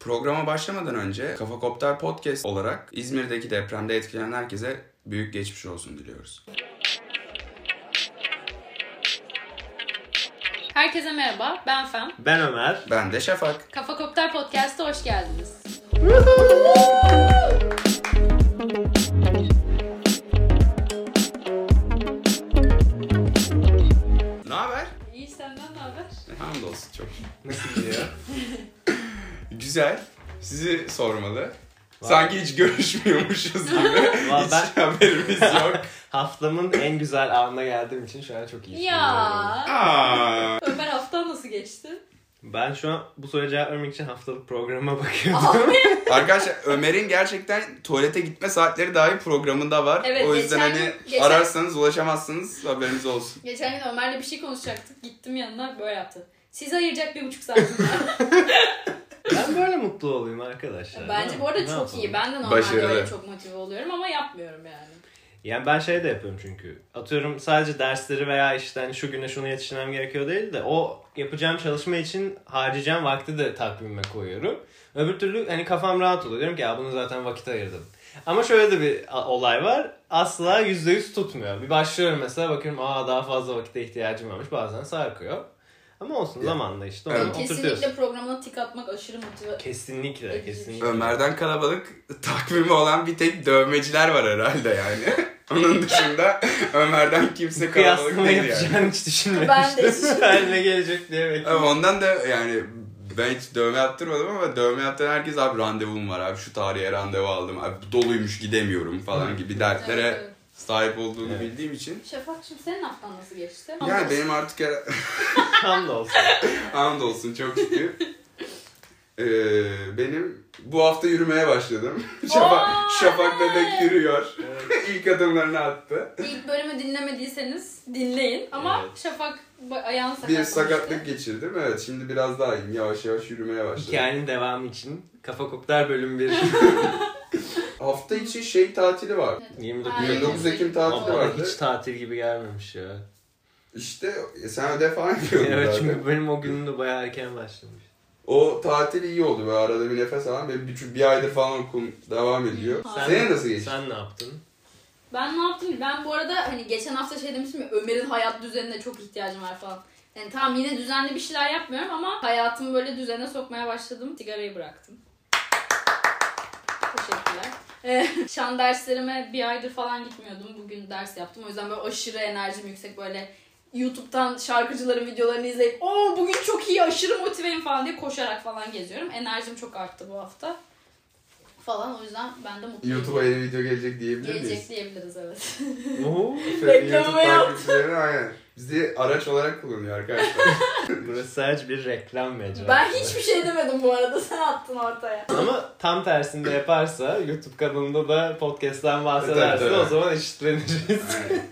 Programa başlamadan önce Kafa Koptar Podcast olarak İzmir'deki depremde etkilenen herkese büyük geçmiş olsun diliyoruz. Herkese merhaba, ben Fem. Ben Ömer. Ben de Şafak. Kafa Kopter Podcast'a hoş geldiniz. Ne haber? İyi, senden ne haber? E, Hamdolsun çok. Nasıl gidiyor? Güzel. Sizi sormalı. Sanki hiç görüşmüyormuşuz gibi. Valla hiç ben- haberimiz yok. Haftamın en güzel anına geldiğim için şu an çok iyi hissediyorum. Ya, Aa, Ömer haftan nasıl geçti? Ben şu an bu soruya cevap vermek için haftalık programa bakıyordum. Abi, arkadaşlar Ömer'in gerçekten tuvalete gitme saatleri dahi programında var. Evet, o yüzden geçen hani gün- geçen- ararsanız ulaşamazsınız haberiniz olsun. geçen gün Ömer'le bir şey konuşacaktık, gittim yanına böyle yaptı. Sizi ayıracak bir buçuk saatim var. ben böyle mutlu olayım arkadaşlar. Bence Ne- bu arada ne çok iyi. yapalım? Ben de normalde Başarılı. öyle çok motive oluyorum ama yapmıyorum yani. Yani ben şey de yapıyorum çünkü. Atıyorum sadece dersleri veya işte hani şu güne şunu yetiştirmem gerekiyor değil de o yapacağım çalışma için harcayacağım vakti de takvime koyuyorum. Öbür türlü hani kafam rahat oluyor. Diyorum ki ya bunu zaten vakit ayırdım. Ama şöyle de bir a- olay var. Asla %100 tutmuyor. Bir başlıyorum mesela bakıyorum aa daha fazla vakite ihtiyacım varmış. Bazen sarkıyor. Ama olsun Ya. zamanla işte onu Evet. oturtuyorsun. Kesinlikle programına tik atmak aşırı motive... Kesinlikle. Kesinlikle. Ömer'den kalabalık takvimi olan bir tek dövmeciler var herhalde yani. Onun dışında Ömer'den kimse kalabalık Kıyaslama değil yani. yapacağını Ben hiç de hiç düşünmemiştim. Ben ne gelecek diye bekliyorum. Ama ondan da yani ben hiç dövme yaptırmadım ama dövme yaptıran herkes abi randevum var abi şu tarihe randevu aldım abi doluymuş gidemiyorum falan gibi Evet, dertlere evet. sahip olduğunu Evet. bildiğim için. Şafak'cığım senin haftan nasıl geçti? Yani benim artık her... Tam da olsun. Hamdolsun çok şükür. Ee, benim bu hafta yürümeye başladım. Şafak, Vay! Şafak bebek yürüyor. İlk adımlarını attı. İlk bölümü dinlemediyseniz dinleyin ama Evet. Şafak ba- ayağını Bir sakatlamıştı. sakatlık geçirdim. Evet şimdi biraz daha iyiyim. Yavaş yavaş yürümeye başladım. Hikayenin devamı için Kafa Koptar bölüm 1. Hafta içi şey tatili var. 29, Ay, 29 evet. Ekim tatili Ama vardı. hiç tatil gibi gelmemiş ya. İşte e, sen ödev falan yapıyordun evet zaten. çünkü benim o günüm de bayağı erken başlamış. O tatil iyi oldu. Böyle arada bir nefes alan. Benim bir, bir aydır falan okulum devam ediyor. Sen- Senin nasıl geçti? Sen ne yaptın? Ben ne yaptım? Ben bu arada hani geçen hafta şey demiştim ya Ömer'in hayat düzenine çok ihtiyacım var falan. Yani tamam yine düzenli bir şeyler yapmıyorum ama hayatımı böyle düzene sokmaya başladım. Sigarayı bıraktım. Teşekkürler. Ee, şan derslerime bir aydır falan gitmiyordum. Bugün ders yaptım. O yüzden böyle aşırı enerjim yüksek böyle YouTube'dan şarkıcıların videolarını izleyip o bugün çok iyi aşırı motiveyim falan diye koşarak falan geziyorum. Enerjim çok arttı bu hafta falan. O yüzden ben de mutluyum. YouTube'a yeni video gelecek diyebilir miyiz? Gelecek diyebiliriz evet. Oo, Reklamı YouTube yaptı. takipçilerini aynen. Bizi araç olarak kullanıyor arkadaşlar. burası sadece bir reklam mecrası. Ben hiçbir şey demedim bu arada. Sen attın ortaya. Ama tam tersinde yaparsa YouTube kanalında da podcast'ten bahsederse Tabii, tabii. o zaman eşitleneceğiz. Aynen.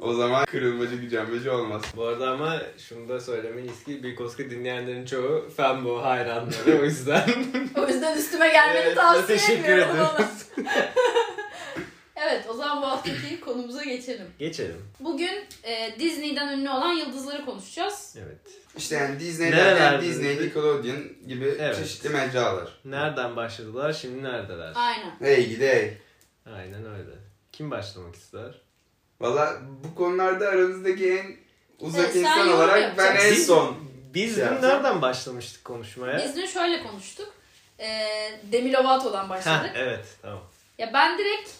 O zaman kırılmacı gücenmeci olmaz. Bu arada ama şunu da söylemeliyiz ki Bilkoski dinleyenlerin çoğu fanbo hayranları o yüzden. O yüzden üstüme gelmeni Evet, tavsiye teşekkür ediyorum ederiz. ona. evet o zaman bu haftaki konumuza geçelim. Geçelim. Bugün e, Disney'den ünlü olan yıldızları konuşacağız. Evet. İşte yani Disney Nerelerde derken Disney, dedi? Nickelodeon gibi Evet. çeşitli mecralar. Nereden başladılar şimdi neredeler? Aynen. Hey gidi hey. Aynen öyle. Kim başlamak ister? Valla bu konularda aranızdaki en uzak Evet, sen insan yorum olarak ben yapacaksın. en Biz- son. Biz Şey dün yapsam- nereden başlamıştık konuşmaya? Biz dün şöyle konuştuk. E, Demi Lovato'dan Ha başladık. evet tamam. Ya ben direkt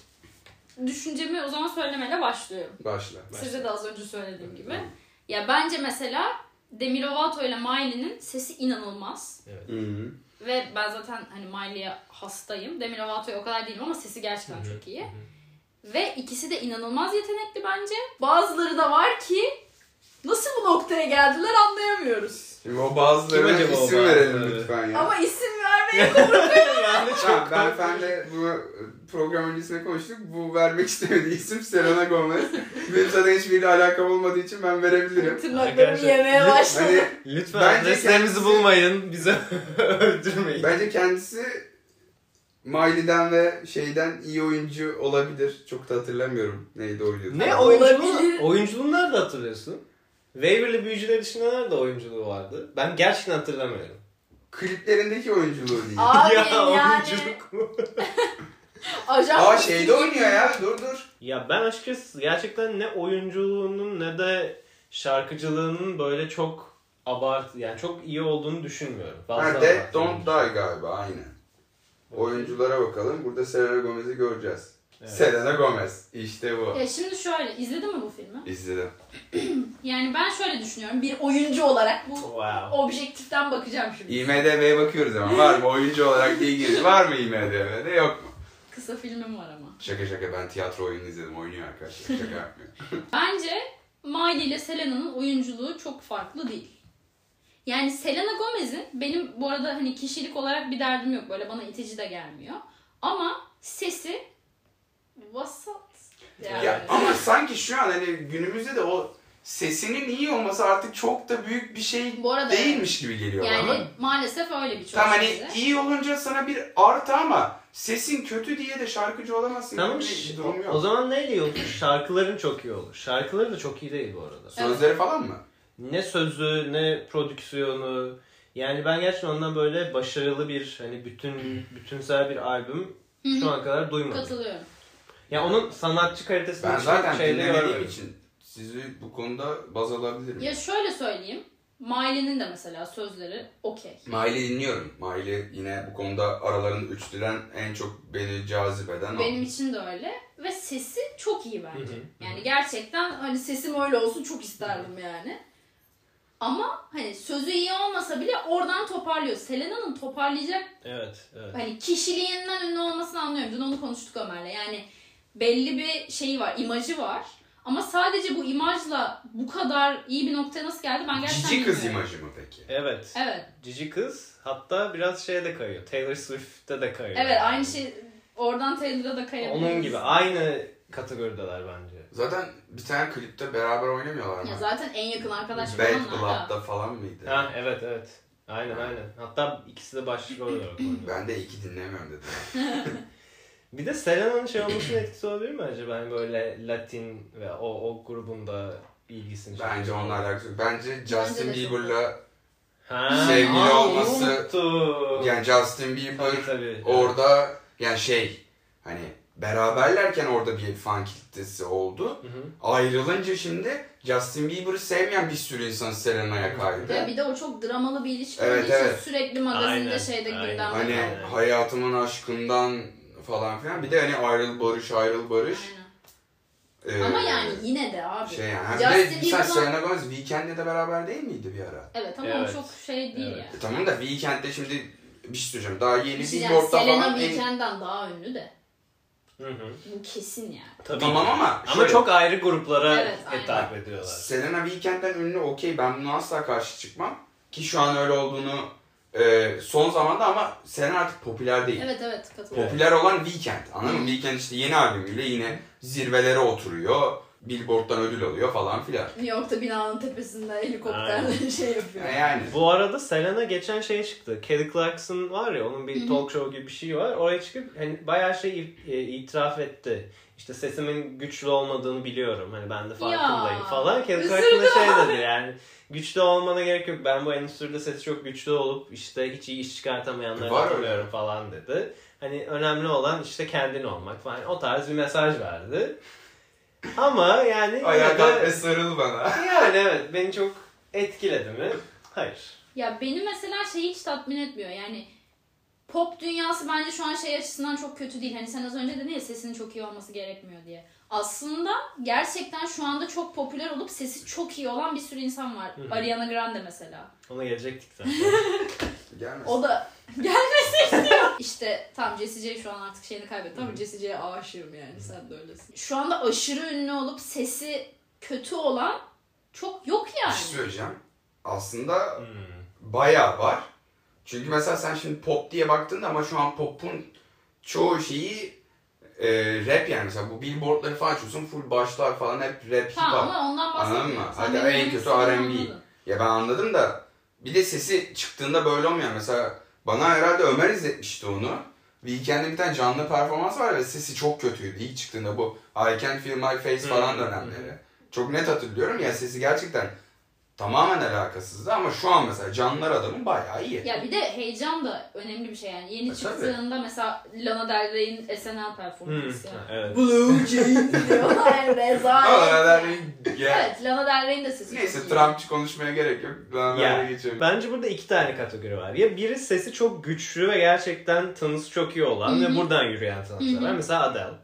düşüncemi o zaman söylemeyle başlıyorum. Başla. Başla. Size de az önce söylediğim gibi. Ya bence mesela Demi Lovato ile Miley'nin sesi inanılmaz. Evet. Hı -hı. Ve ben zaten hani Miley'e hastayım. Demi Lovato'ya o kadar değilim ama sesi gerçekten çok iyi. Ve ikisi de inanılmaz yetenekli bence. Bazıları da var ki nasıl bu noktaya geldiler anlayamıyoruz. Şimdi o Kim bazılarına acaba o isim bazıları? verelim Evet. lütfen ya. Ama isim vermeye Yanlış Tamam, çok ben Fen'le bu program öncesinde konuştuk. Bu vermek istemediği isim Selena Gomez. Benim zaten hiçbiriyle alakam olmadığı için ben verebilirim. tırnaklarımı yemeye başladı. Hani Lütfen Bence adreslerimizi kendisi- bulmayın. Bizi öldürmeyin. Bence kendisi Miley'den ve şeyden iyi oyuncu olabilir. Çok da hatırlamıyorum neydi oynuyordu. Ne o- oyunculuğu? Olabilir. Oyunculuğunu nerede hatırlıyorsun? Waverly Büyücüler dışında nerede oyunculuğu vardı? Ben gerçekten hatırlamıyorum. kliplerindeki oyunculuğu değil. Aa, Abi ya yani. oyunculuk mu? Ajan şeyde oynuyor ya dur dur. Ya ben açıkçası gerçekten ne oyunculuğunun ne de şarkıcılığının böyle çok abart yani çok iyi olduğunu düşünmüyorum. Ha, Fazla Dead abart- Don't Die galiba aynen. Oyunculara bakalım. Burada Selena Gomez'i göreceğiz. Evet. Selena Gomez. İşte bu. Ya E, şimdi şöyle izledin mi bu filmi? İzledim. Yani ben şöyle düşünüyorum. Bir oyuncu olarak bu Wow. objektiften bakacağım şimdi. IMDB'ye bakıyoruz ama var mı oyuncu olarak ilgili var mı IMDB'de yok mu? Kısa filmim var ama. Şaka şaka ben tiyatro oyunu izledim oynuyor arkadaşlar şaka yapmıyorum. Bence Miley ile Selena'nın oyunculuğu çok farklı değil. Yani Selena Gomez'in benim bu arada hani kişilik olarak bir derdim yok. Böyle bana itici de gelmiyor. Ama sesi vasat. Yani. ya, ama sanki şu an hani günümüzde de o sesinin iyi olması artık çok da büyük bir şey Bu arada değilmiş gibi geliyor bana. yani maalesef öyle bir çocuk. Tam hani bize. iyi olunca sana bir artı ama sesin kötü diye de şarkıcı olamazsın. Tamam gibi şi- bir durum yok. o zaman neyle iyi olur? Şarkıların çok iyi olur. Şarkıları da çok iyi değil bu arada. Sözleri falan mı? Ne sözü ne prodüksiyonu. Yani ben gerçekten ondan böyle başarılı bir hani bütün bütünsel bir albüm Hı şu hı, an kadar duymadım. Katılıyorum. Ya onun sanatçı kalitesini Ben hiç zaten şeyde dinlemediğim görmedim. için sizi bu konuda baz alabilirim. Ya şöyle söyleyeyim. Miley'nin de mesela sözleri okey. Maile dinliyorum. Maile yine bu konuda araların üçlüden en çok beni cazibeden o. Benim için de öyle. Ve sesi çok iyi bence. Hı hı, Yani gerçekten hani sesim öyle olsun çok isterdim yani. Ama hani sözü iyi olmasa bile oradan toparlıyor. Selena'nın toparlayacak Evet, evet. hani kişiliğinden ünlü olmasını anlıyorum. Dün onu konuştuk Ömer'le. Yani belli bir şeyi var, imajı var. Ama sadece bu imajla bu kadar iyi bir noktaya nasıl geldi ben gerçekten Cici kız bilmiyorum. imajı mı peki? Evet. Evet. Cici kız hatta biraz şeye de kayıyor. Taylor Swift'te de kayıyor. Evet aynı şey oradan Taylor'a da kayabiliriz. Onun gibi aynı kategorideler bence. Zaten bir tane klipte beraber oynamıyorlar Ya mı? zaten en yakın arkadaş Bad da. Blood'da falan mıydı? Ha evet evet. Aynen aynen. Hatta ikisi de başrol olarak oynuyor. Ben de iki dinlemiyorum dedim. Bir de Selena'nın şey olmasının etkisi olabilir mi acaba? Hani böyle Latin ve o, o grubun da ilgisini Bence onunla alakası yok. Bence Bence Justin de çok- Bieber'la Ha, Sevgili aa, olması- unuttum. yani Justin Bieber tabii, tabii. orada yani şey hani beraberlerken orada bir fan kitlesi oldu. Hı hı. Ayrılınca şimdi Justin Bieber'ı sevmeyen bir sürü insan Selena'ya kaydı. Ya bir de o çok dramalı bir ilişki Evet, olduğu için evet. sürekli magazinde Aynen, şeyde aynen. gündemde. Hani Aynen. Aynen. hayatımın aşkından falan filan. Bir de hani ayrıl barış ayrıl barış. Ee, Ama yani yine de abi. şey yani. Hem de Justin sen Bieber'la- Selena Gomez Weekend'le de beraber değil miydi bir ara? Evet ama Evet. o çok şey değil Evet. yani. E tamam da Weekend'de şimdi bir şey söyleyeceğim. Daha yeni Bir şey diyeceğim, Billboard'da Selena falan. en- Weekend'den daha ünlü de. Hı hı. Bu kesin yani. Tabii. Tamam ama Ama şöyle- çok ayrı gruplara Evet, aynen. hitap ediyorlar. Selena Weekend'den ünlü okey ben buna asla karşı çıkmam. Ki şu an öyle olduğunu e, son zamanda ama Selena artık popüler değil. Evet evet katılıyorum. Popüler olan Weekend. Anladın mı? Weekend işte yeni albümüyle yine zirvelere oturuyor. Billboard'dan ödül alıyor falan filan. New York'ta binanın tepesinde Aynen. helikopterle şey yapıyor. E Yani Bu arada Selena geçen şey çıktı. Kelly Clarkson var ya onun Hı bir hı. talk show gibi bir şey var. Oraya çıkıp hani bayağı şey i- e, itiraf etti. İşte sesimin güçlü olmadığını biliyorum. Hani ben de farkındayım Ya, falan. Kelly üzüldüm Clarkson da şey dedi yani güçlü olmana gerek yok. Ben bu endüstride sesi çok güçlü olup işte hiç iyi iş çıkartamayanları E, var öyle. hatırlıyorum falan dedi. Hani önemli olan işte kendin olmak falan. O tarz bir mesaj verdi. Ama yani yine ayağa de- kalk ve sarıl bana. yani evet beni çok etkiledi mi? Hayır. Ya beni mesela şey hiç tatmin etmiyor. Yani pop dünyası bence şu an şey açısından çok kötü değil. Hani sen az önce dedin ya sesinin çok iyi olması gerekmiyor diye. Aslında gerçekten şu anda çok popüler olup sesi çok iyi olan bir sürü insan var. Hı hı. Ariana Grande mesela. Ona gelecektik zaten. Gelmesin. O da gelmesi istiyor. işte tam Jessie J şu an artık şeyini kaybetti ama Jessie J'ye aşığım yani sen de öylesin. Şu anda aşırı ünlü olup sesi kötü olan çok yok Bir yani. şey söyleyeceğim. Aslında Hmm. bayağı var. Çünkü mesela sen şimdi pop diye baktığında ama şu an pop'un çoğu şeyi e, rap yani. Mesela bu billboardları falan açıyorsun full başlar falan hep rap hip Tamam hop. ama ondan Anladın bahsetmiyorum. mı? Sen Hadi benim en demek kötü istediğimi R&B. anladın. Ya ben anladım da bir de sesi çıktığında böyle olmuyor. Mesela bana herhalde Ömer izletmişti onu. Weekend'de bir tane canlı performans var ve sesi çok kötüydü ilk çıktığında bu I Can Feel My Face falan Hmm. dönemleri. Çok net hatırlıyorum ya sesi gerçekten Tamamen alakasızdı ama şu an mesela canlılar adamın bayağı iyi. Ya bir de heyecan da önemli bir şey yani. Yeni E, çıktığında mesela Lana Del Rey'in SNL performansı. yani. Evet. Hmm. Blue Jeans diyorlar Ama rezalet. ben- ya. evet Lana Del Rey'in de sesi çok Neyse iyi. Trumpçı konuşmaya gerek yok. Ben Ya, böyle geçiyorum. Bence burada iki tane kategori var. Ya biri sesi çok güçlü ve gerçekten tanısı çok iyi olan Hı hı. ve buradan yürüyen sanatçılar. var. Mesela Adele. Yani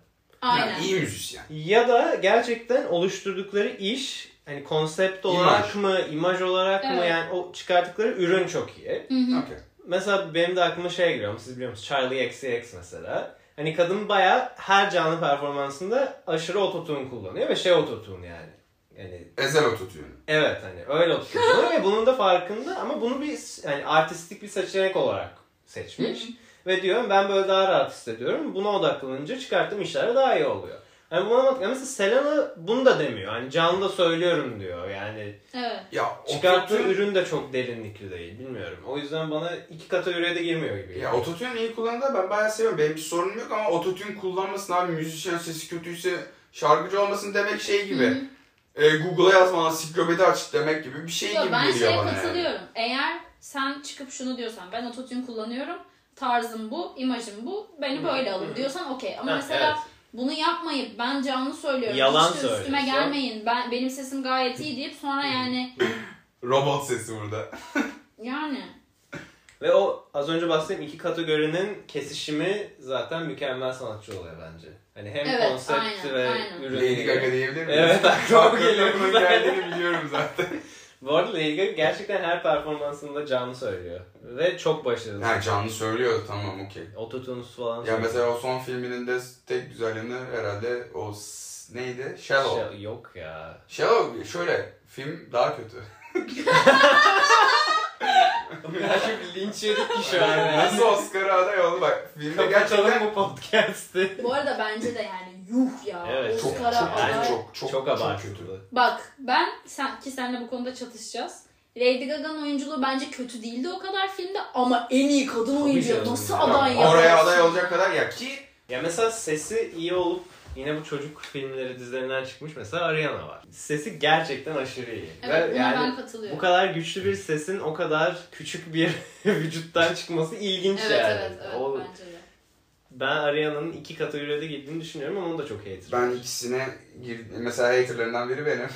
Aynen. iyi müzisyen. Ya da gerçekten oluşturdukları iş hani konsept olarak mı, imaj olarak mı Evet. yani o çıkarttıkları ürün çok iyi. Hı hı. Okey. Mesela benim de aklıma şey geliyor ama siz biliyor musunuz? Charlie XCX mesela. Hani kadın bayağı her canlı performansında aşırı ototune kullanıyor ve şey ototune yani. Hani Yani Ezel oturtuyor. Evet hani öyle oturuyor ve bunun da farkında ama bunu bir yani artistik bir seçenek olarak seçmiş. ve diyorum ben böyle daha rahat hissediyorum. Buna odaklanınca çıkarttığım işler daha iyi oluyor. Yani buna bak- yani mesela Selena bunu da demiyor. Hani canlı da söylüyorum diyor. Yani Evet. Ya çıkarttığı ototune- ürün de çok derinlikli değil bilmiyorum. O yüzden bana iki kategoriye de girmiyor gibi. Ya ototune iyi kullandı da ben bayağı seviyorum. Benim bir sorunum yok ama ototune kullanmasın abi. Müzisyen sesi kötüyse şarkıcı olmasın demek şey gibi. E, Google'a yazma ansiklopedi aç demek gibi bir şey Yok gibi ben geliyor şeye bana yani. katılıyorum. Eğer sen çıkıp şunu diyorsan ben ototune kullanıyorum. Tarzım bu, imajım bu. Hmm. Beni böyle alın diyorsan okey. Ama Ha, mesela evet. bunu yapmayıp ben canlı söylüyorum. Yalan hiç de üstüme söylüyorsa- gelmeyin. Ben benim sesim gayet iyi deyip Hmm. sonra yani Robot sesi burada. yani Ve o az önce bahsettiğim iki kategorinin kesişimi zaten mükemmel sanatçı oluyor bence. Hani hem Evet, konsept aynen, ve aynen. ürün. Lady Gaga diyebilir miyiz? Evet, aklıma Aklımda geliyor. bunun geldiğini biliyorum zaten. Bu arada Lady Gaga gerçekten her performansında canlı söylüyor. Ve çok başarılı. Ha canlı söylüyor tamam okey. Ototunus falan. Ya söylüyor. mesela o son filminin de tek güzel yanı herhalde o s- neydi? Shallow. Şey- yok ya. Shallow şöyle film daha kötü. ya çok linç yedik ki şu an. ya. Nasıl Oscar'a aday oldu bak. Filmde Kapatalım gerçekten bu podcast'i. bu arada bence de yani yuh ya. Evet, çok çok Oscar'a aday- çok çok çok, Çok kötü. abartılı. Bak ben sen, ki seninle bu konuda çatışacağız. Lady Gaga'nın oyunculuğu bence kötü değildi o kadar filmde ama en iyi kadın oyuncuya canım nasıl ya. aday Ya, ya? Oraya aday olacak kadar ya ki Ya mesela sesi iyi olup yine bu çocuk filmleri dizilerinden çıkmış mesela Ariana var. Sesi gerçekten aşırı iyi. Evet, Ve buna yani ben katılıyorum. bu kadar güçlü bir sesin o kadar küçük bir vücuttan çıkması ilginç Evet yani. evet evet O- bence de. ben Ariana'nın iki kategoride girdiğini düşünüyorum ama onu da çok hater. ben ikisine gir- mesela haterlarından biri benim.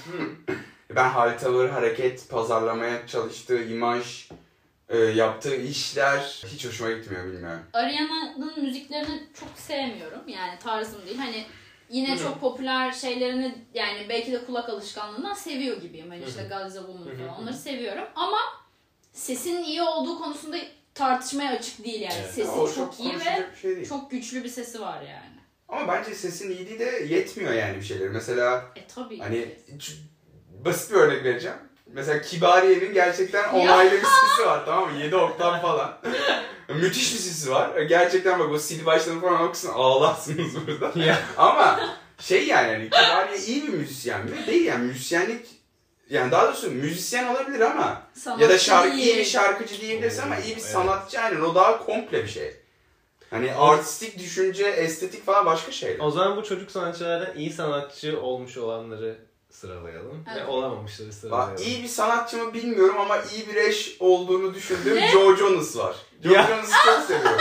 ben haritaları, hareket, pazarlamaya çalıştığı imaj, e, yaptığı işler hiç hoşuma gitmiyor bilmiyorum. Ariana'nın müziklerini çok sevmiyorum. Yani tarzım değil. Hani yine Hı. çok popüler şeylerini yani belki de kulak alışkanlığından seviyor gibiyim. Hani Hı işte God is a Woman Hı hı. falan onları seviyorum. Ama sesin iyi olduğu konusunda tartışmaya açık değil yani. Evet. Sesi O çok, iyi ve konuşulacak bir şey değil. çok güçlü bir sesi var yani. Ama bence sesin iyiliği de yetmiyor yani bir şeyler. Mesela E tabii hani ki. ç- basit bir örnek vereceğim. Mesela Kibariye'nin gerçekten Ya. onaylı bir sesi var tamam mı? 7 oktav falan. Müthiş bir sesi var. Gerçekten bak o sil başlarını falan okursun ağlarsınız burada. Ya. Ama şey yani hani Kibariye iyi bir müzisyen mi? Değil yani müzisyenlik yani daha doğrusu müzisyen olabilir ama ya da Sanatçı şarkı iyi bir değil. şarkıcı diyebilirsin ama iyi bir Evet. sanatçı aynen o daha komple bir şey. Hani artistik düşünce, estetik falan başka şeyler. O zaman bu çocuk sanatçılardan iyi sanatçı olmuş olanları sıralayalım. Ve Evet. olamamışları Bak sıralayalım. iyi bir sanatçı mı bilmiyorum ama iyi bir eş olduğunu düşündüğüm Joe Jonas var. Joe Ya. Jonas'ı çok seviyorum.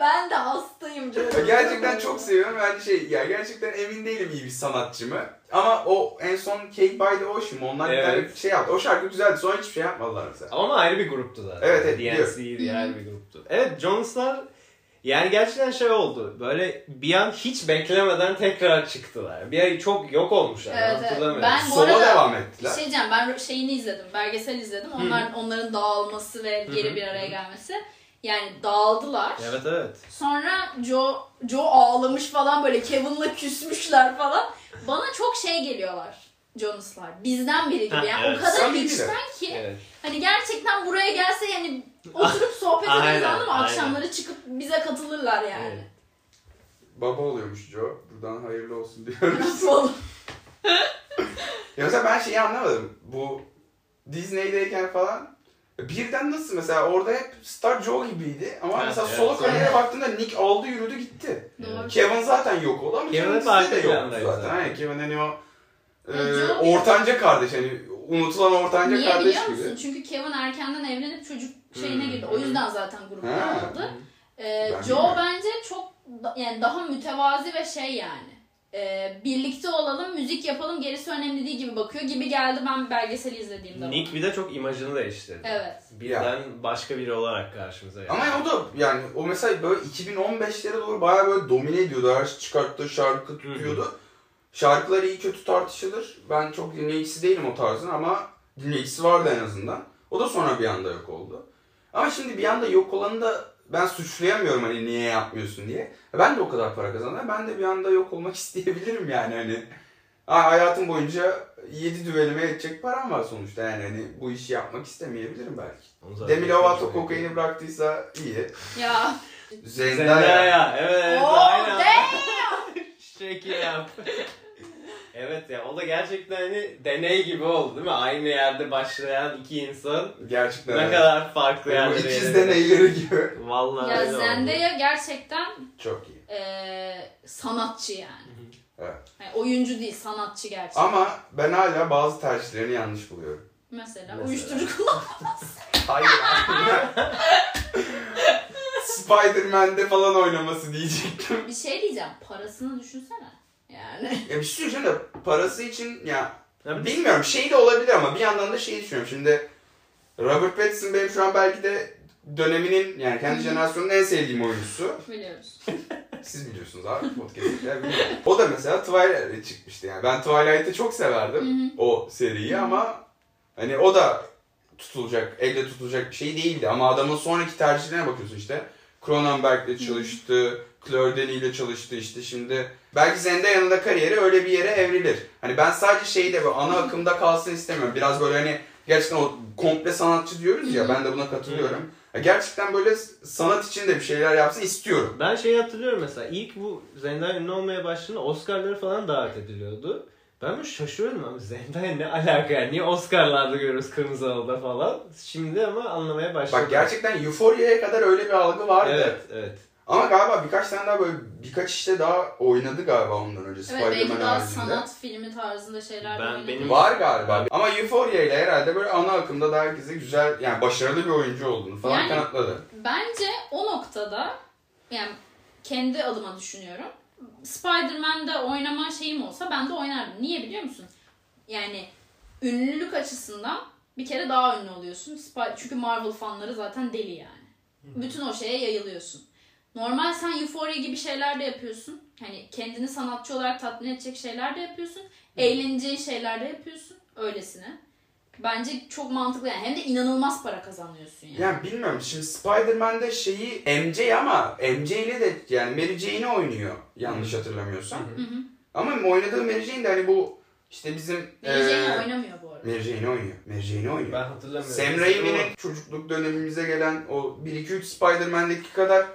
Ben de hastayım canım. Ya gerçekten çok seviyorum. Yani şey ya gerçekten emin değilim iyi bir sanatçı mı. Ama o en son Cake by the Ocean mı? Onlar bir Evet. tane şey yaptı. O şarkı güzeldi. Sonra hiçbir şey yapmadılar mesela. Ama ayrı bir gruptu zaten. Evet, evet, DNC diğer bir gruptu. Evet Jones'lar yani gerçekten şey oldu. Böyle bir an hiç beklemeden tekrar çıktılar. Bir ay çok yok olmuşlar. Evet, evet. hatırlamıyorum. Ben- bu Sola arada- devam Bir ettiler. şey diyeceğim ben şeyini izledim, belgesel izledim. Onlar onların dağılması ve geri bir araya gelmesi. Yani dağıldılar. Evet evet. Sonra Joe Joe ağlamış falan böyle Kevin'la küsmüşler falan. Bana çok şey geliyorlar. Jonas'lar. Bizden biri Ha, gibi. Yani evet. o kadar Samimi. içten ki Evet. hani gerçekten buraya gelse yani oturup sohbet ederiz Aynen, anladın mı? aynen. Akşamları çıkıp bize katılırlar yani. Baba oluyormuş Joe. Buradan hayırlı olsun diyoruz. Nasıl? Ya mesela ben şeyi anlamadım. Bu Disney'deyken falan birden nasıl mesela orada hep Star Joe gibiydi ama Evet, mesela evet. solo kariyere Evet. baktığında Nick aldı yürüdü gitti. Doğru. Kevin zaten yok oldu ama Kevin Kevin, hep Disney'de arka de yoktu plandaydı zaten. zaten. Aynen Kevin hani o e, Evet, Joe- ortanca kardeş hani unutulan ortanca Niye kardeş biliyor gibi. musun? Çünkü Kevin erkenden evlenip çocuk şeyine Hmm. girdi. O yüzden zaten gruba Ha. ayrıldı. Ee, Ben Joe bilmiyorum. bence çok da- yani daha mütevazi ve şey yani. Ee, birlikte olalım, müzik yapalım, gerisi önemli değil gibi bakıyor gibi geldi ben belgeseli izlediğimde. Nick bir de çok imajını değiştirdi. Evet. Birden başka biri olarak karşımıza geldi. Ama ya o da yani o mesela böyle 2015'lere doğru bayağı böyle domine ediyordu. Her şey çıkarttığı şarkı tutuyordu. Şarkılar iyi kötü tartışılır. Ben çok dinleyicisi değilim o tarzın ama dinleyicisi vardı en azından. O da sonra bir anda yok oldu. Ama şimdi bir anda yok olanı da ben suçlayamıyorum hani niye yapmıyorsun diye. Ben de o kadar para kazandım. Ben de bir anda yok olmak isteyebilirim yani hani. Ha, Hayatım boyunca 7 düvelime yetecek param var sonuçta yani hani bu işi yapmak istemeyebilirim belki. Onu zaten Demi Lovato konuşmaya kokaini gerek bıraktıysa iyi. Ya. yok. Zendaya. Zendaya. Evet. Oo, aynen. Şekil yap. evet ya o da gerçekten hani deney gibi oldu değil mi? Aynı yerde başlayan iki insan Gerçekten. ne kadar farklı Bu yerlere. ikiz deneyleri gibi. Vallahi ya öyle oldu. Zendaya gerçekten Çok iyi. eee, sanatçı yani. Evet. Yani Oyuncu değil, sanatçı gerçekten. Ama ben hala bazı tercihlerini yanlış buluyorum. Mesela, Mesela. uyuşturucu kullan. Hayır. Spider-Man'de falan oynaması diyecektim. bir şey diyeceğim, parasını düşünsene. Yani. Ya bir şey söyleyeceğim de parası için ya Ya bir de bilmiyorum şey de olabilir ama bir yandan da şey düşünüyorum. Şimdi Robert Pattinson benim şu an belki de döneminin yani kendi jenerasyonunun en sevdiğim oyuncusu. Biliyoruz. Siz biliyorsunuz abi podcast'ı. o da mesela Twilight'e çıkmıştı yani. Ben Twilight'ı çok severdim o seriyi ama hani o da tutulacak, elde tutulacak bir şey değildi. Ama adamın sonraki tercihlerine bakıyorsun işte. Cronenberg'le çalıştı, Claire Denis'le çalıştı işte şimdi. Belki Zendaya'nın da kariyeri öyle bir yere evrilir. Hani ben sadece şeyde böyle ana akımda kalsın istemiyorum. Biraz böyle hani gerçekten o komple sanatçı diyoruz ya ben de buna katılıyorum. Ya Gerçekten böyle sanat için de bir şeyler yapsın istiyorum. Ben şeyi hatırlıyorum mesela ilk bu Zendaya ünlü olmaya başladığında Oscar'lara falan davet ediliyordu. Ben böyle şaşırıyordum abi Zendaya ne alaka yani niye Oscar'larda görüyoruz Kırmızı Halı'da falan. Şimdi ama anlamaya başladım. Bak gerçekten Euphoria'ya kadar öyle bir algı vardı. Evet evet. Ama galiba birkaç tane daha böyle birkaç işte daha oynadı galiba ondan önce Evet belki Spider-Man daha haricinde. sanat filmi tarzında şeyler Ben- böyle- benim- Var galiba. Ama Euphoria ile herhalde böyle ana akımda da herkese güzel yani başarılı bir oyuncu olduğunu falan Yani- kanıtladı. Bence o noktada yani kendi adıma düşünüyorum. Spider-Man'de oynama şeyim olsa ben de oynardım. Niye biliyor musun? Yani ünlülük açısından bir kere daha ünlü oluyorsun. Sp- Çünkü Marvel fanları zaten deli yani. Bütün o şeye yayılıyorsun. Normal sen Euphoria gibi şeyler de yapıyorsun. Hani kendini sanatçı olarak tatmin edecek şeyler de yapıyorsun. Eğleneceğin şeyler de yapıyorsun. Öylesine. Bence çok mantıklı yani. Hem de inanılmaz para kazanıyorsun yani. Yani bilmiyorum şimdi Spider-Man'de şeyi MJ ama MJ ile de yani Mary Jane'i oynuyor yanlış hatırlamıyorsam. Hı hı. Ama oynadığı Mary Jane de hani bu işte bizim Mary Jane eee, oynamıyor bu arada. Mary Jane oynuyor. Mary Jane oynuyor. Ben hatırlamıyorum. Sam Raimi'nin çocukluk dönemimize gelen o 1-2-3 Spider-Man'deki kadar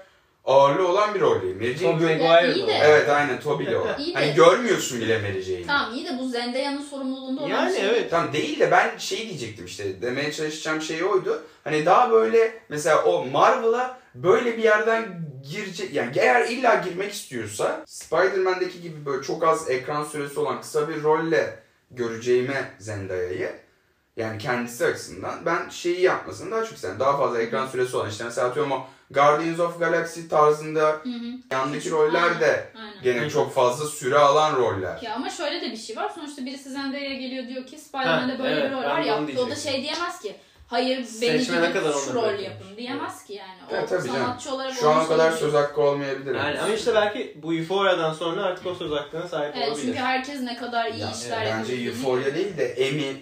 ağırlığı olan bir rol Şey değil. Mary Jane- Tobey iyi Maguire'dı de- o. Evet aynen Toby'le olan. İyi de- Hani görmüyorsun bile Mary Jane'i. Tamam iyi de bu Zendaya'nın sorumluluğunda olan Yani bir şey. evet. Tam değil de ben şey diyecektim işte demeye çalışacağım şey oydu. Hani daha böyle mesela o Marvel'a böyle bir yerden girecek yani eğer illa girmek istiyorsa Spider-Man'deki gibi böyle çok az ekran süresi olan kısa bir rolle göreceğime Zendaya'yı yani kendisi açısından ben şeyi yapmasını daha çok isterim. Daha fazla ekran süresi olan işte mesela atıyorum o Guardians of Galaxy tarzında Hı hı, yandaki roller de aynen. gene çok fazla süre alan roller. Ya ama şöyle de bir şey var. Sonuçta birisi Zendaya'ya geliyor diyor ki Spider-Man'de Ha, böyle evet, bir rol ben var bunu yaptı. O da diyecektim. şey diyemez ki. Hayır beni Seçmene gibi kadar şu onu rol bırakmış. yapın diyemez ki yani. O Evet, tabii canım. sanatçı olarak Şu ana onun kadar şeyi- söz hakkı olmayabilir. Yani ama işte belki bu Euphoria'dan sonra artık o söz hakkına sahip Evet, olabilir. çünkü herkes ne kadar iyi Ya, e, işler yapıyor. Bence Euphoria değil de Emmy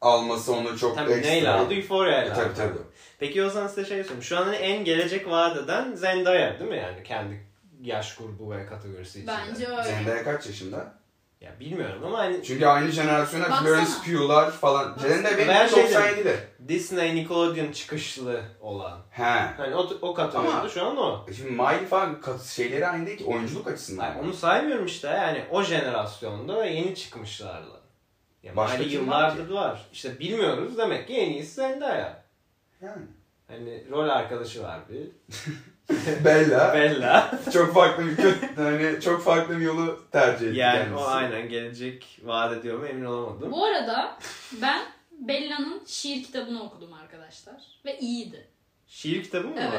alması onu çok Tabii ekstra. neyle aldı? Euphoria'yla E, tabii aldı. tabii. Peki o zaman size şey sorayım. Şu an hani en gelecek vaat eden Zendaya değil mi yani kendi yaş grubu ve kategorisi içinde? Bence öyle. Zendaya kaç yaşında? Ya bilmiyorum ama hani Çünkü aynı jenerasyona Baksana. Florence Pugh'lar falan. Baksana. Zendaya benim Ben şey dedim. 97'de. Disney Nickelodeon çıkışlı olan. He. Hani o, o kategoride Ama- şu an o. E Şimdi Miley falan kat- şeyleri aynı değil ki oyunculuk açısından. Hayır, onu saymıyorum işte yani o jenerasyonda ve yeni çıkmışlarla. Yani Başka Miley kim var ki? yıllardır var. İşte bilmiyoruz demek ki en iyisi Zendaya. Yani. Hani rol arkadaşı var bir. Bella Bella. çok farklı bir kötü, yani çok farklı bir yolu tercih etti yani o kendisi. aynen gelecek vaat ediyor mu emin olamadım. Bu arada ben Bella'nın şiir kitabını okudum arkadaşlar. Ve iyiydi. Şiir kitabı mı var?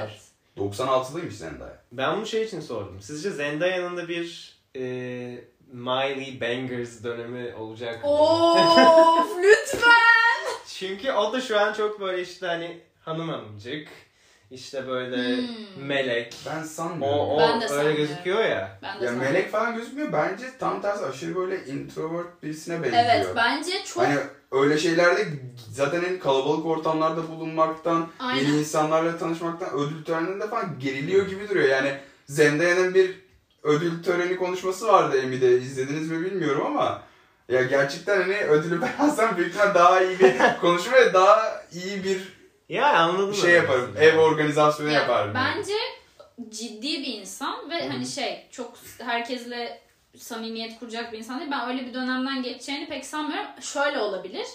Evet. 96'lıymış Zendaya. Ben bu şey için sordum. Sizce Zendaya'nın da bir e, Miley Bangers dönemi olacak mı? Of lütfen. Çünkü o da şu an çok böyle işte hani hanım hanımcık. işte böyle Hmm. melek. Ben sanmıyorum. O, o Ben de öyle sanmıyorum. gözüküyor ya. Ben de Ya sana- melek falan gözükmüyor. Bence tam tersi aşırı böyle introvert birisine benziyor. Evet bence çok Hani öyle şeylerde zaten en kalabalık ortamlarda bulunmaktan, Aynen. yeni insanlarla tanışmaktan, ödül töreninde falan geriliyor gibi duruyor. Yani Zendaya'nın bir ödül töreni konuşması vardı Emmy'de. İzlediniz mi bilmiyorum ama ya gerçekten hani ödülü ben alsam büyük ihtimal daha iyi bir konuşma ve daha iyi bir Ya anladım. şey ben yaparım. aslında. Ev organizasyonu Ya, yaparım. Bence ciddi bir insan ve Hı. hani şey çok herkesle samimiyet kuracak bir insan değil. Ben öyle bir dönemden geçeceğini pek sanmıyorum. Şöyle olabilir.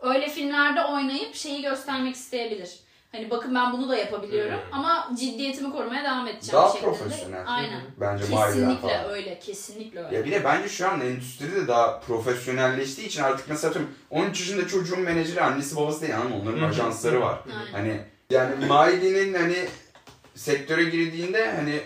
Öyle filmlerde oynayıp şeyi göstermek isteyebilir. Hani bakın ben bunu da yapabiliyorum Hı. ama ciddiyetimi korumaya devam edeceğim Daha şeklinde. profesyonel. Aynen. Bence Marvel'den Kesinlikle falan. öyle. Kesinlikle öyle. Ya bir de bence şu an endüstri de daha profesyonelleştiği için artık mesela atıyorum 13 yaşında çocuğun menajeri annesi babası değil anladın mı? Onların Hı hı. ajansları var. Aynen. Hani yani Miley'nin hani sektöre girdiğinde hani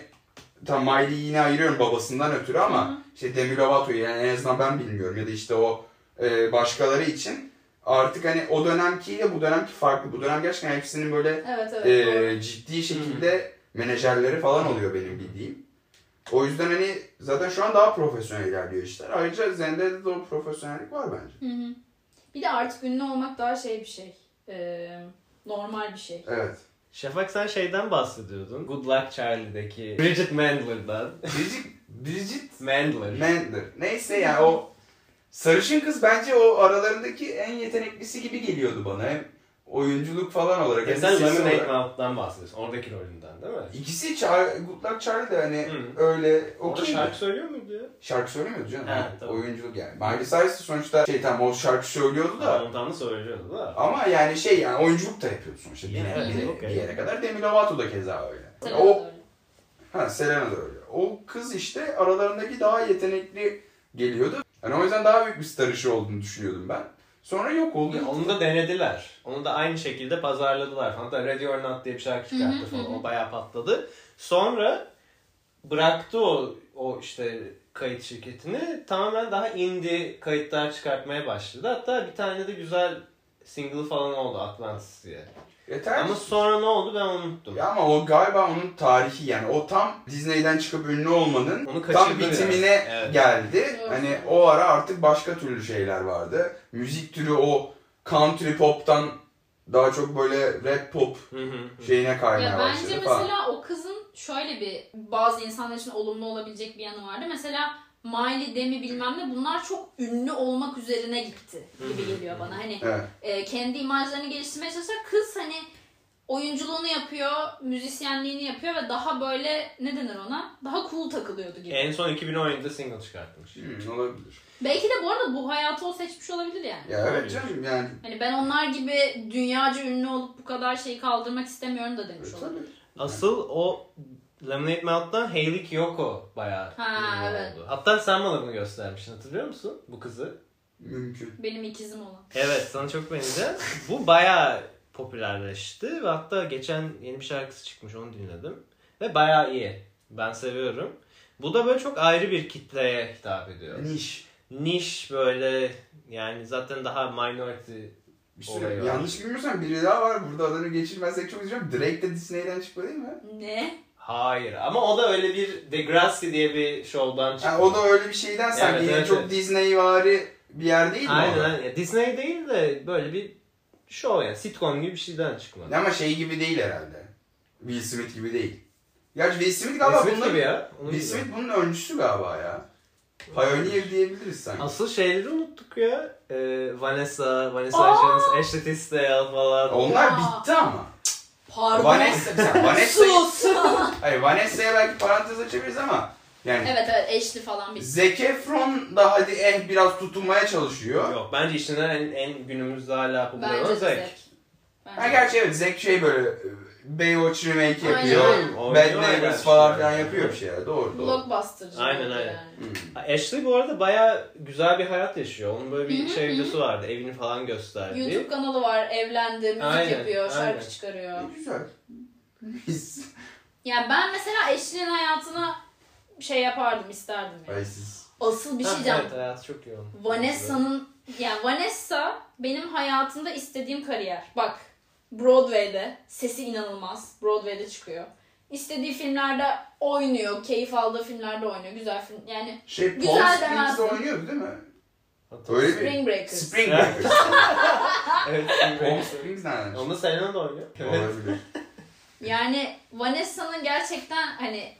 tam Miley'i yine ayırıyorum babasından ötürü ama Hı hı. işte Demi Lovato'yu yani en azından ben bilmiyorum ya da işte o e, başkaları için artık hani o dönemkiyle bu dönemki farklı. Bu dönem gerçekten hepsinin böyle Evet evet. doğru. e, ciddi şekilde menajerleri falan oluyor benim bildiğim. O yüzden hani zaten şu an daha profesyonel ilerliyor işler. Ayrıca Zendaya'da da o profesyonellik var bence. Hı hı. Bir de artık ünlü olmak daha şey bir şey. Ee, normal bir şey. Evet. Şafak sen şeyden bahsediyordun. Good Luck Charlie'deki Bridget Mandler'dan. Bridget, Bridget Mandler. Mendler. Neyse yani o sarışın kız bence o aralarındaki en yeteneklisi gibi geliyordu bana. Hem oyunculuk falan olarak. Ya hem sen sesi Lemonade olarak. Mouth'tan bahsediyorsun. Oradaki rolünden değil mi? İkisi Char Good Luck Charlie de hani Hı. öyle Orada okey. şarkı söylüyor muydu ya? Şarkı söylemiyordu canım. Ha, tabii. Oyunculuk yani. Miley Cyrus da sonuçta şey tamam o şarkı söylüyordu da. Tamam da söylüyordu da. Ama yani şey yani oyunculuk da yapıyordu sonuçta. Bir, Yani, yere- bir, yere- okey. bir yere kadar. Demi Lovato da keza öyle. Sen o de öyle. Ha Selena da öyle. O kız işte aralarındaki daha yetenekli geliyordu. Hani o yüzden daha büyük bir star işi olduğunu düşünüyordum ben. Sonra yok oldu. Ya Onu da denediler. Onu da aynı şekilde pazarladılar. falan. Hatta Ready or Not diye bir şarkı Hı çıkarttı hı, falan. hı. O bayağı patladı. Sonra bıraktı o o işte kayıt şirketini. Tamamen daha indie kayıtlar çıkartmaya başladı. Hatta bir tane de güzel single falan oldu Atlantis diye. Yeter. Ama sonra ne oldu ben unuttum. Ya ama o galiba onun tarihi yani o tam Disney'den çıkıp ünlü olmanın tam Onu kaçırdı biraz. bitimine Evet. geldi. Evet. Hani o ara artık başka türlü şeyler vardı. Müzik türü o country pop'tan daha çok böyle rap pop Hı hı hı. şeyine kaymaya Ya başladı bence falan. mesela o kızın şöyle bir bazı insanlar için olumlu olabilecek bir yanı vardı. Mesela Miley, Demi bilmem ne bunlar çok ünlü olmak üzerine gitti Hmm. gibi geliyor bana. Hani Evet. e, kendi imajlarını geliştirmeye çalışsa kız hani oyunculuğunu yapıyor, müzisyenliğini yapıyor ve daha böyle ne denir ona? Daha cool takılıyordu gibi. En son 2017'de single çıkartmış. Hmm, olabilir. Belki de bu arada bu hayatı o seçmiş olabilir yani. Ya evet canım yani. Hani ben onlar gibi dünyaca ünlü olup bu kadar şeyi kaldırmak istemiyorum da demiş Evet, olabilir. tabii. Asıl o Lemonade Mouth'tan Hayley Kiyoko bayağı Ha, ünlü evet. oldu. Hatta sen bana bunu göstermiştin hatırlıyor musun bu kızı? Mümkün. Benim ikizim olan. Evet sana çok benziyor. bu bayağı popülerleşti ve hatta geçen yeni bir şarkısı çıkmış onu dinledim. Ve bayağı iyi. Ben seviyorum. Bu da böyle çok ayrı bir kitleye hitap ediyor. Niş. Niş böyle yani zaten daha minority Bir Olay sürü, var. yanlış bilmiyorsam biri daha var burada adını geçirmezsek çok üzüleceğim. Drake de Disney'den çıktı değil mi? Ne? Hayır ama o da öyle bir Degrassi diye bir şovdan çıktı. Yani o da öyle bir şeyden sanki Evet, yine evet, çok evet. Disney-vari bir yer değil mi o Aynen da? aynen. Ya Disney değil de böyle bir show yani sitcom gibi bir şeyden çıkma. Ama şey gibi değil herhalde. Will Smith gibi değil. Gerçi Will Smith Will galiba Smith bunun, E, gibi ya. Onu Will bilmiyorum. Smith bunun öncüsü galiba ya. Pioneer diyebiliriz sanki. Asıl şeyleri unuttuk ya. Ee, Vanessa, Vanessa Aa! Hudgens, Ashley Tisdale falan. Onlar Ya. bitti ama. Pardon. Vanessa, mesela Vanessa, Sus. hayır Vanessa'ya belki parantez açabiliriz ama yani evet evet eşli falan bir. Zac Efron da hadi eh biraz tutunmaya çalışıyor. Yok bence işinden en, en günümüzde hala popüler Bence olan de Zac. zevk. Ha Bence. gerçi evet Zac şey böyle e, Baywatch remake Aynen. yapıyor. Aynen. Bad Oynuyorlar Neighbors işte. falan filan yapıyor bir şeyler. Doğru doğru. Blockbuster'cı. Aynen, oldu aynen. yani. Hmm. Ashley bu arada bayağı güzel bir hayat yaşıyor. Onun böyle Hı hı, bir şey hı. videosu vardı. Evini falan gösterdi. YouTube kanalı var. Evlendi, müzik Aynen, yapıyor, şarkı aynen. çıkarıyor. Ne E, güzel. Biz. Yani ben mesela eşinin hayatına şey yapardım, isterdim yani. Ay siz. Asıl bir şey Ha, diyeceğim. Evet hayatı çok yoğun. Vanessa'nın yani Vanessa benim hayatımda istediğim kariyer. Bak Broadway'de sesi inanılmaz. Broadway'de çıkıyor. İstediği filmlerde oynuyor. Keyif aldığı filmlerde oynuyor. Güzel film. Yani Şey Güzel Paul demezdim. Springs'de oynuyordu değil mi? Hatırlıyorum. Öyle bir. Spring Breakers. Spring Breakers. Evet. Paul Springs nereden çıktı? Onda Selena da oynuyor. Evet. Olabilir. Yani Vanessa'nın gerçekten hani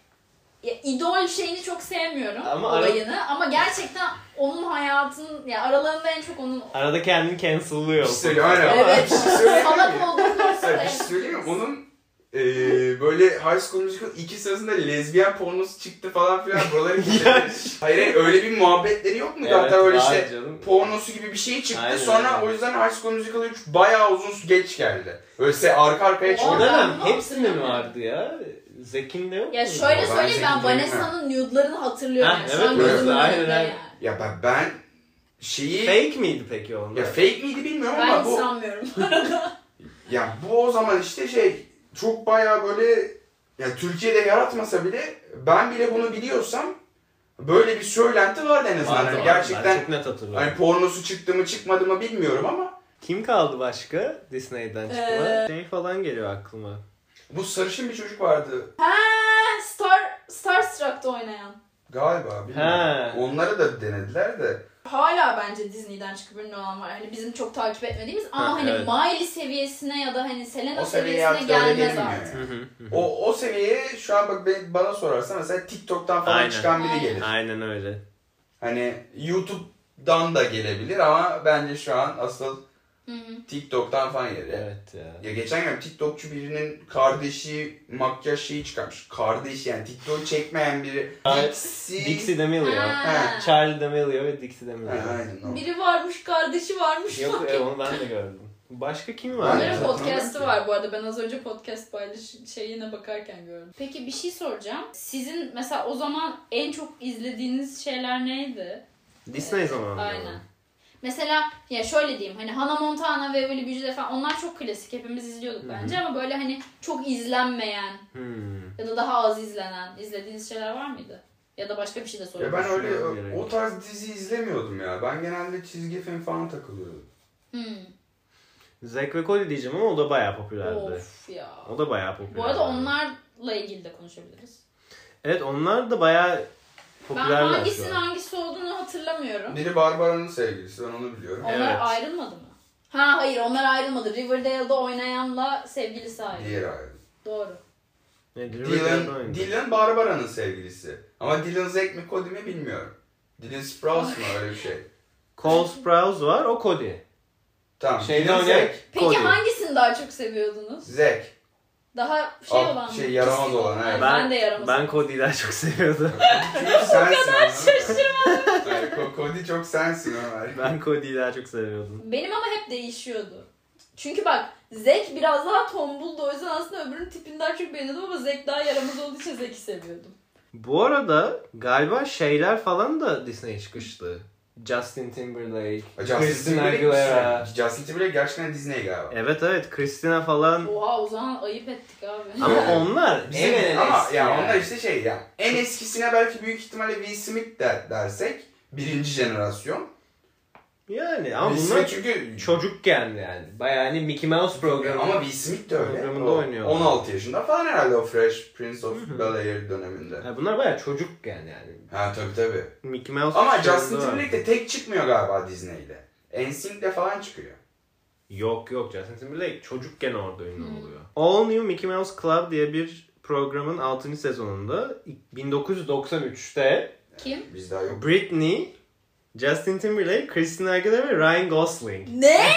ya idol şeyini çok sevmiyorum Ama ara- olayını ama gerçekten onun hayatının ya aralarında en çok onun Arada kendini cancel'lıyor. Bir şey söyleyeyim. Aynen. evet Bir şey söyleyeyim mi? salak olduğunu Mesela bir şey söyleyeyim mi? Onun e, böyle High School Musical 2 sırasında lezbiyen pornosu çıktı falan filan buraları Ya. getirmiş. Hayır hayır, öyle bir muhabbetleri yok mu? Hatta öyle var işte canım. pornosu gibi bir şey çıktı. Aynen, Sonra aynen. o yüzden High School Musical 3 bayağı uzun geç geldi. Böyle se- arka arkaya O O çıktı. dönem hepsinde mi vardı ya? Zekin de yok Ya muydu? şöyle Ben söyleyeyim ben zengin değilim Vanessa'nın nude'larını hatırlıyorum. Ha, yani. evet, Şu an evet. gözümün Aynen, önünde aynen. yani. Ya ben, ben şeyi... Fake miydi peki onlar? Ya fake miydi bilmiyorum Ben ama hiç bu... sanmıyorum. Ya bu o zaman işte şey çok bayağı böyle ya Türkiye'de yaratmasa bile ben bile bunu biliyorsam böyle bir söylenti vardı en azından. Vardı, Hani vardı. Ben gerçekten çok net hatırlıyorum. hani pornosu çıktı mı çıkmadı mı bilmiyorum ama Kim kaldı başka Disney'den Ee, çıkma? Şey falan geliyor aklıma. bu sarışın bir çocuk vardı ha, Star, Starstruck'ta oynayan. galiba He. bilmiyorum. Onları da denediler de Hala bence Disney'den çıkıp ünlü olan var. Hani bizim çok takip etmediğimiz ama Ha, hani evet. Miley seviyesine ya da hani Selena o seviyeye seviyesine artık öyle gelmez gelinmiyor. artık. yani. O, o seviyeye şu an bak ben- bana sorarsan mesela TikTok'tan falan Aynen. çıkan biri Aynen. gelir. Aynen öyle. Hani YouTube'dan da gelebilir ama bence şu an asıl Hı hı. TikTok'tan falan gelir. Evet ya. Ya geçen gün TikTokçu birinin kardeşi makyaj şeyi çıkarmış. Kardeş yani TikTok'u çekmeyen biri. Ay, Dixie. Dixie D'Amelio. Ha. Charlie D'Amelio ve Dixie Ha, D'Amelio. aynen o. Biri varmış, kardeşi varmış. Yok Fuck e, it. onu ben de gördüm. Başka kim var? Ben Onların de. ya? podcast'ı var bu arada. Ben az önce podcast paylaş şeyine bakarken gördüm. Peki bir şey soracağım. Sizin mesela o zaman en çok izlediğiniz şeyler neydi? Disney zamanında. Aynen. Mesela ya şöyle diyeyim hani Hannah Montana ve Öyle Bücüde falan onlar çok klasik hepimiz izliyorduk bence ama böyle hani çok izlenmeyen Hmm. ya da daha az izlenen izlediğiniz şeyler var mıydı? Ya da başka bir şey de Ya sorayım. ben öyle Düşünüyorum gerek. o tarz dizi izlemiyordum ya. Ben genelde çizgi film falan takılıyordum. Hmm. Zack ve Cody diyeceğim ama o da bayağı popülerdi. Of ya. O da bayağı popülerdi. Bu arada onlarla ilgili de konuşabiliriz. Evet onlar da bayağı popülerler ben şu hangisinin an. hangisi olduğunu hatırlamıyorum. Biri Barbara'nın sevgilisi ben onu biliyorum. Onlar Evet. ayrılmadı mı? Ha hayır onlar ayrılmadı. Riverdale'da oynayanla sevgilisi ayrı. Diğer ayrı. Doğru. Ne, Riverdale'de Dylan, oynadı. Dylan Barbara'nın sevgilisi. Ama Dylan Zack mi Cody mi bilmiyorum. Dylan Sprouse mu öyle bir şey. Cole Sprouse var o Cody. Tamam. Şeyde Dylan oynayan Zack. Peki Cody. hangisini daha çok seviyordunuz? Zack. Daha şey Ah, olan mı? şey, yaramaz olan, evet. Ay, Ben, Ben, de yaramaz. ben Cody'yi daha çok seviyordum. Çünkü sensin. O kadar şaşırmadım. Cody çok sensin Ömer. ben Cody'yi daha çok seviyordum. Benim ama hep değişiyordu. Çünkü bak Zek biraz daha tombuldu o yüzden aslında öbürünün tipini daha çok beğeniyordum ama Zek daha yaramaz olduğu için Zek'i seviyordum. Bu arada galiba şeyler falan da Disney çıkıştı. Justin Timberlake, Justin Christina Timberlake, Aguilera. Justin Timberlake gerçekten Disney galiba. Evet evet Christina Hmm. falan. Oha o zaman ayıp ettik abi. Ama onlar Bizim- bizim en ama eski ya yani. onlar işte şey ya en eskisine belki büyük ihtimalle Will Smith de dersek birinci jenerasyon. Yani ama Will bunlar Smith çünkü çocukken yani. Bayağı hani Mickey Mouse programı. ama Will Smith de öyle. Programında O oynuyor. 16 yaşında falan herhalde o Fresh Prince of Bel-Air döneminde. Ha, bunlar bayağı çocukken yani. Ha tabii tabii. Mickey Mouse Ama programı Justin da var. Timberlake de tek çıkmıyor galiba Disney'de. NSYNC'de falan çıkıyor. Yok yok Justin Timberlake çocukken orada ünlü Hmm. oluyor. All New Mickey Mouse Club diye bir programın 6. sezonunda 1993'te Kim? Biz daha yok. Britney, Justin Timberlake, Christina Aguilera ve Ryan Gosling. Ne?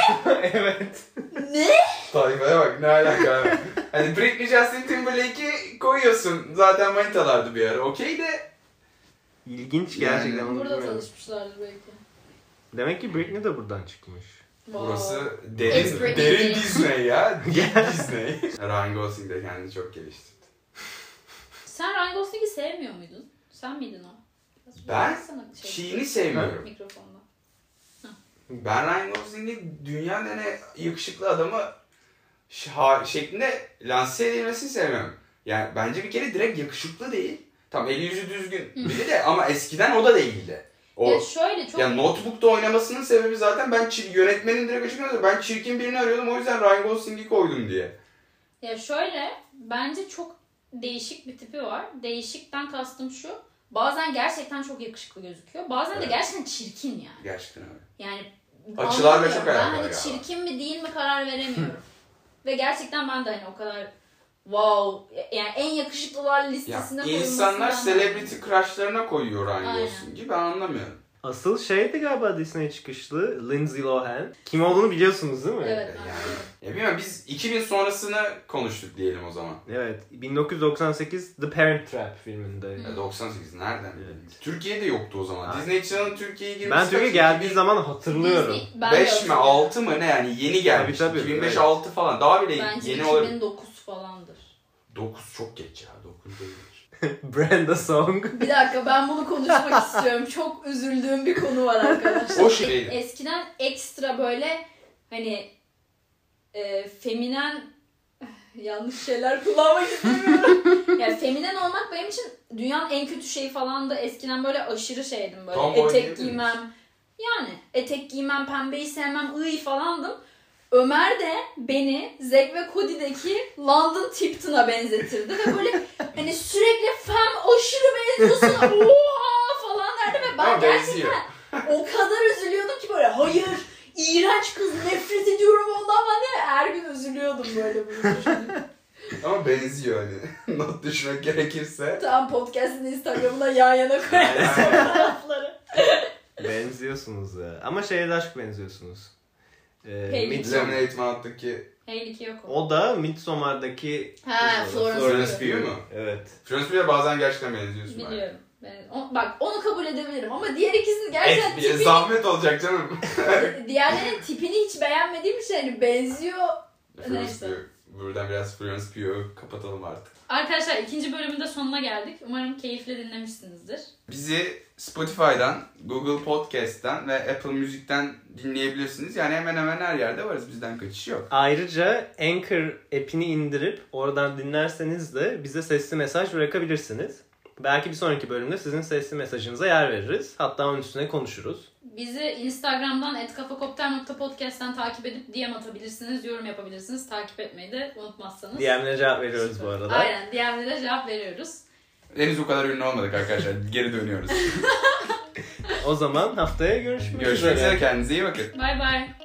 evet. ne? Tayfaya bak ne alaka abi. Hani Britney Justin Timberlake'i koyuyorsun. Zaten manitalardı bir ara. Okey de. İlginç Yani- gerçekten. onu Burada bilmiyorum. tanışmışlardır belki. Demek ki Britney de buradan çıkmış. Wow. Burası derin, Esprit derin Disney. Disney ya. Deep Disney. Ryan Gosling de kendini çok geliştirdi. Sen Ryan Gosling'i sevmiyor muydun? Sen miydin o? Biraz Ben uzaksana şey- Şeyini sevmiyorum. Mikrofonla. Ben Ryan Gosling'in dünyanın en yakışıklı adamı ş- ha- şeklinde lanse edilmesini sevmiyorum. Yani bence bir kere direkt yakışıklı değil. Tam eli yüzü düzgün biri de ama eskiden o da değildi. O Ya şöyle çok... Ya Notebook'ta oynamasının sebebi zaten ben çir- yönetmenin direkt açıklaması. Ben çirkin birini arıyordum o yüzden Ryan Gosling'i koydum diye. Ya şöyle bence çok değişik bir tipi var. Değişikten kastım şu. Bazen gerçekten çok yakışıklı gözüküyor. Bazen Evet. de gerçekten çirkin yani. Gerçekten öyle. Yani Açılarla anlamıyorum. çok Ben alakalı hani galiba. çirkin mi değil mi karar veremiyorum. Ve gerçekten ben de hani o kadar wow yani en yakışıklılar Ya, listesine insanlar koyulmasından- celebrity crushlarına koyuyor Ryan Aynen. Gosling'i ben anlamıyorum. Asıl şeydi galiba Disney çıkışlı Lindsay Lohan. Kim olduğunu biliyorsunuz değil mi? Evet. Yani, ya bilmiyorum biz 2000 sonrasını konuştuk diyelim o zaman. Evet. 1998 The Parent Trap filminde. Hmm. Ya 98 nereden? Evet. Türkiye'de yoktu o zaman. Aynen. Disney Channel'ın Türkiye'ye girmesi Ben Türkiye geldiği zaman hatırlıyorum. Disney- ben de 5 mi hatırlıyorum. 6 mı ne yani yeni gelmiş. tabii, 2005 evet. 6 falan daha bile Bence Şey, yeni olabilir. 2009 falandır. 9 çok geç ya 9 değil. Brenda Song. Bir dakika ben bunu konuşmak istiyorum. Çok üzüldüğüm bir konu var arkadaşlar. O şey- Eskiden ekstra böyle hani e, feminen yanlış şeyler kullanmak istemiyorum. yani feminen olmak benim için dünyanın en kötü şeyi falan da eskiden böyle aşırı şeydim böyle. Tomboy etek diyebiliriz. giymem. Yani etek giymem, pembeyi sevmem, ıy falandım. Ömer de beni Zack ve Cody'deki London Tipton'a benzetirdi ve böyle hani sürekli fem aşırı benziyorsun oha falan derdi ve ben Ama gerçekten benziyor. o kadar üzülüyordum ki böyle hayır iğrenç kız nefret ediyorum ondan ben de her gün üzülüyordum böyle bunu düşünüp. Ama benziyor hani. Not düşmek gerekirse. Tam podcast'ın Instagram'ına yan yana koyarız fotoğrafları. Benziyorsunuz ya. Ama şeye de aşk benziyorsunuz. Ee, Peki. Midsommar. Lemonade Mouth'taki Heyliki yok o. O da Midsommar'daki Ha kız olan, Florence. Florence Pugh. Pugh. Pugh mu? Evet. Florence Pugh'e bazen gerçekten benziyorsun. bence. Biliyorum. Ben- o- bak onu kabul edebilirim ama diğer ikisini gerçekten Evet, bir tipini, zahmet olacak canım. diğerlerinin tipini hiç beğenmediğim için hani benziyor Florence Neyse. Pugh. Buradan biraz Florence Pugh'u kapatalım artık. Arkadaşlar ikinci bölümün de sonuna geldik. Umarım keyifle dinlemişsinizdir. Bizi Spotify'dan, Google Podcast'ten ve Apple Music'ten dinleyebilirsiniz. Yani hemen hemen her yerde varız. Bizden kaçış yok. Ayrıca Anchor app'ini indirip oradan dinlerseniz de bize sesli mesaj bırakabilirsiniz. Belki bir sonraki bölümde sizin sesli mesajınıza yer veririz. Hatta onun üstüne konuşuruz. Bizi Instagram'dan etkafakopter.podcast'ten takip edip DM atabilirsiniz, yorum yapabilirsiniz. Takip etmeyi de unutmazsanız. DM'lere cevap veriyoruz bu arada. Aynen DM'lere cevap veriyoruz. Henüz o kadar ünlü olmadık arkadaşlar. Geri dönüyoruz. O zaman haftaya görüşmek üzere. Görüşmek üzere. Kendinize iyi bakın. Bay bay.